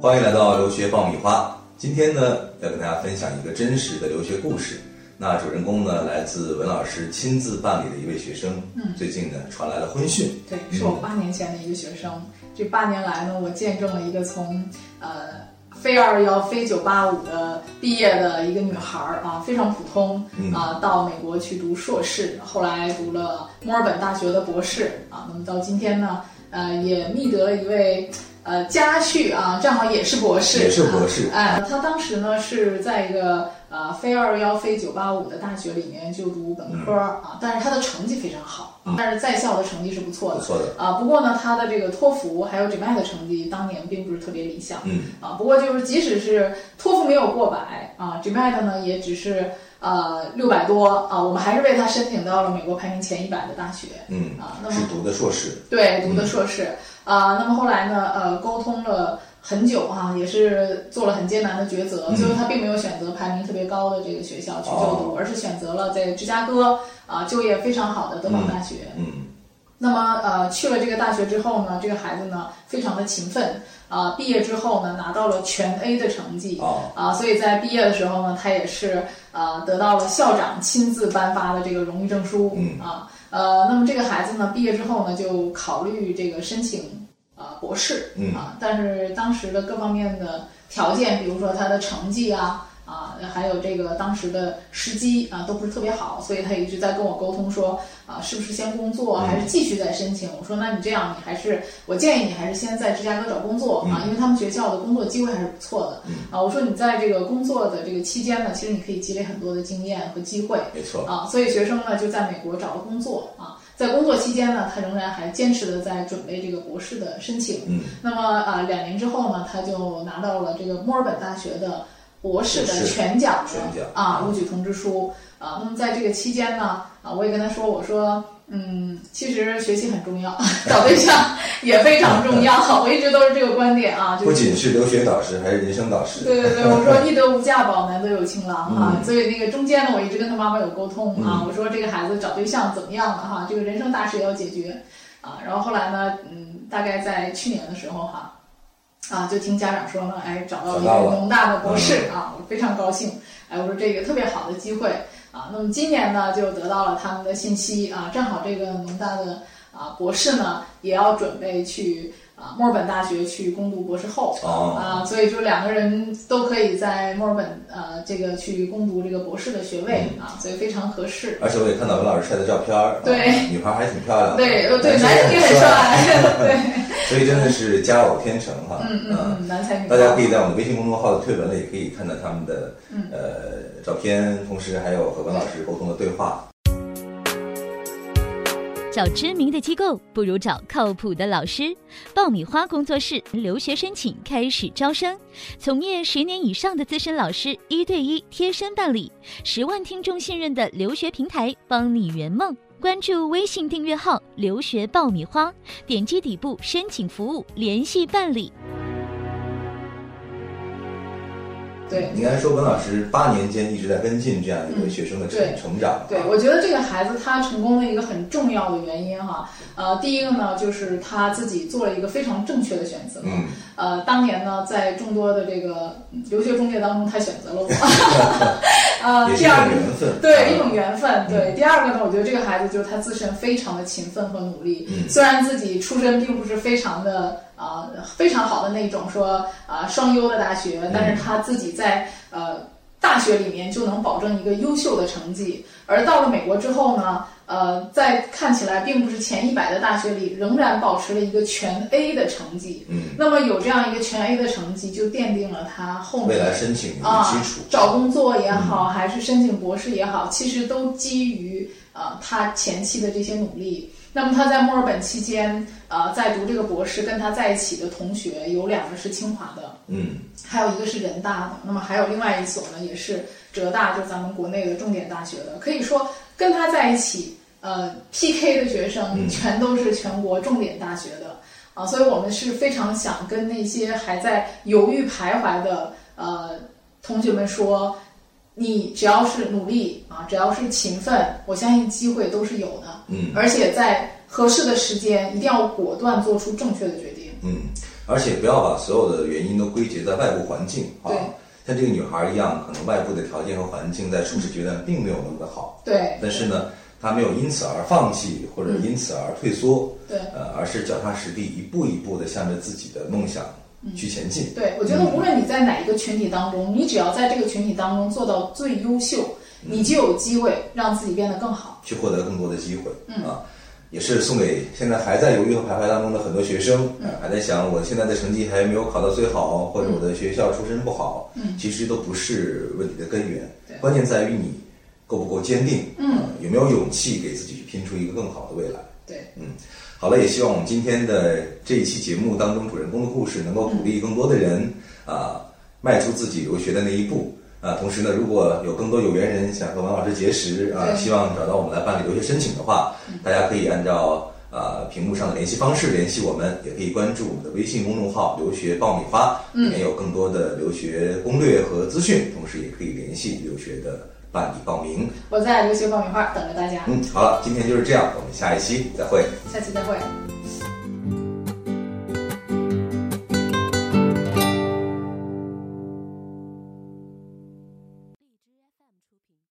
欢迎来到留学爆米花。今天呢，要跟大家分享一个真实的留学故事。那主人公呢，来自文老师亲自办理的一位学生，嗯最近呢传来了婚讯。对，是我八年前的一个学生。这八年来呢，我见证了一个从呃非二幺非九八五的毕业的一个女孩儿啊，非常普通嗯啊、到美国去读硕士，后来读了墨尔本大学的博士啊。那么到今天呢，呃，也觅得了一位呃家婿啊，正好也是博士，也是博士哎，他当时呢是在一个呃非二幺非九八五的大学里面就读本科、啊，但是他的成绩非常好，嗯但是在校的成绩是不错不的错的，啊。不过呢，他的这个托福还有 GMAT 的成绩当年并不是特别理想嗯，啊。不过就是即使是托福没有过百啊，GMAT 呢也只是呃六百多啊，我们还是为他申请到了美国排名前一百的大学嗯，啊。那么是嗯读的硕士，对，读的硕士啊、那么后来呢，呃，沟通了很久啊，也是做了很艰难的抉嗯择，最后他并没有选择排名特别高的这个学校去就哦读，而是选择了在芝加哥啊、就业非常好的德堡大学。嗯，那么呃，去了这个大学之后呢，这个孩子呢非常的勤奋啊、毕业之后呢拿到了全 A 的成绩。哦，啊，所以在毕业的时候呢，他也是啊得到了校长亲自颁发的这个荣誉证书，嗯啊，呃，那么这个孩子呢，毕业之后呢，就考虑这个申请啊博士，嗯啊，但是当时的各方面的条件，比如说他的成绩啊。啊，还有这个当时的时机啊，都不是特别好，所以他一直在跟我沟通说，啊，是不是先工作，还是继续再申请？我说，那你这样，你还是我建议你还是先在芝加哥找工作啊，因为他们学校的工作机会还是不错的。啊，我说你在这个工作的这个期间呢，其实你可以积累很多的经验和机会没错，啊，所以学生呢就在美国找了工作啊，在工作期间呢，他仍然还坚持的在准备这个博士的申请。嗯，那么啊，两年之后呢，他就拿到了这个墨尔本大学的博士博的士全奖的全奖啊录取通知书啊。那么在这个期间呢，啊，我也跟他说，我说。嗯，其实学习很重要， 找对象也非常重要。 我一直都是这个观点啊，就是不仅是留学导师，还是人生导师， 对对对，我说医德无价宝，难得有情郎啊，嗯所以那个中间呢，我一直跟他妈妈有沟通啊，我说这个孩子找对象怎么样了哈、这个人生大事也要解决啊。然后后来呢，嗯，大概在去年的时候哈、啊，就听家长说呢，哎，找到了一找到个了嗯农大的博士啊，我非常高兴，哎，我说这个特别好的机会啊。那么今年呢，就得到了他们的信息啊，正好这个农大的啊博士呢，也要准备去啊墨尔本大学去攻读博士后哦，啊，所以说两个人都可以在墨尔本呃这个去攻读这个博士的学位嗯啊，所以非常合适。而且我也看到文老师晒的照片儿，对啊女孩还挺漂亮的，对呃对，生男生也很， 帅，对，所以真的是佳偶天成哈， 嗯嗯嗯，男才女貌大家可以在我们微信公众号的推文里可以看到他们的、嗯呃照片，同时还有和文老师沟通的对话。找知名的机构，不如找靠谱的老师。爆米花工作室留学申请开始招生，从业十年以上的资深老师，一对一贴身办理，十万听众信任的留学平台，帮你圆梦。关注微信订阅号“留学爆米花”，点击底部申请服务联系办理。对。应该说文老师八年间一直在跟进这样一个学生的成、嗯对成长。啊对，我觉得这个孩子他成功的一个很重要的原因哈，呃，第一个呢就是他自己做了一个非常正确的选择。嗯，呃，当年呢，在众多的这个留学中介当中，他选择了 我。 呃，也是第一二种个缘分。对，嗯一种缘分。对，第二个呢，我觉得这个孩子就是他自身非常的勤奋和努力，嗯虽然自己出身并不是非常的啊、非常好的那种说啊、双优的大学，嗯但是他自己在呃大学里面就能保证一个优秀的成绩，而到了美国之后呢。呃，在看起来并不是前一百的大学里，仍然保持了一个全 A 的成绩。嗯，那么有这样一个全 A 的成绩，就奠定了他后面未来申请的啊基础。，找工作也好，还是申请博士也好，其实都基于呃他前期的这些努力。那么他在墨尔本期间，呃，在读这个博士，跟他在一起的同学有两个是清华的，嗯还有一个是人大的，那么还有另外一所呢，也是浙大，就咱们国内的重点大学的，可以说跟他在一起呃 PK 的学生嗯全都是全国重点大学的啊，所以我们是非常想跟那些还在犹豫徘徊的呃同学们说，你只要是努力啊，只要是勤奋，我相信机会都是有的，嗯而且在合适的时间，一定要果断做出正确的决定。嗯，而且不要把所有的原因都归结在外部环境啊对。像这个女孩一样，可能外部的条件和环境在初始阶段并没有那么的好，对但是呢，她没有因此而放弃或者嗯因此而退缩，对呃，而是脚踏实地，一步一步的向着自己的梦想去前进。对，我觉得无论你在哪一个群体当中，你只要在这个群体当中做到最优秀，你就有机会让自己变得更好。去获得更多的机会、啊，也是送给现在还在犹豫和徘徊当中的很多学生，啊还在想我现在的成绩还没有考到最好，或者我的学校出身不好，其实都不是问题的根源，关键在于你够不够坚定，嗯、有没有勇气给自己去拼出一个更好的未来。对，好了，也希望我们今天的这一期节目当中，主人公的故事能够鼓励更多的人啊，迈出自己留学的那一步啊。同时呢，如果有更多有缘人想和王老师结识啊，对希望找到我们来办理留学申请的话，大家可以按照啊屏幕上的联系方式联系我们，也可以关注我们的微信公众号“留学爆米花”，里面有更多的留学攻略和资讯，同时也可以联系留学的办理报名。我在留学爆米花等着大家，嗯，好了，今天就是这样，我们下一期再会。下期再会。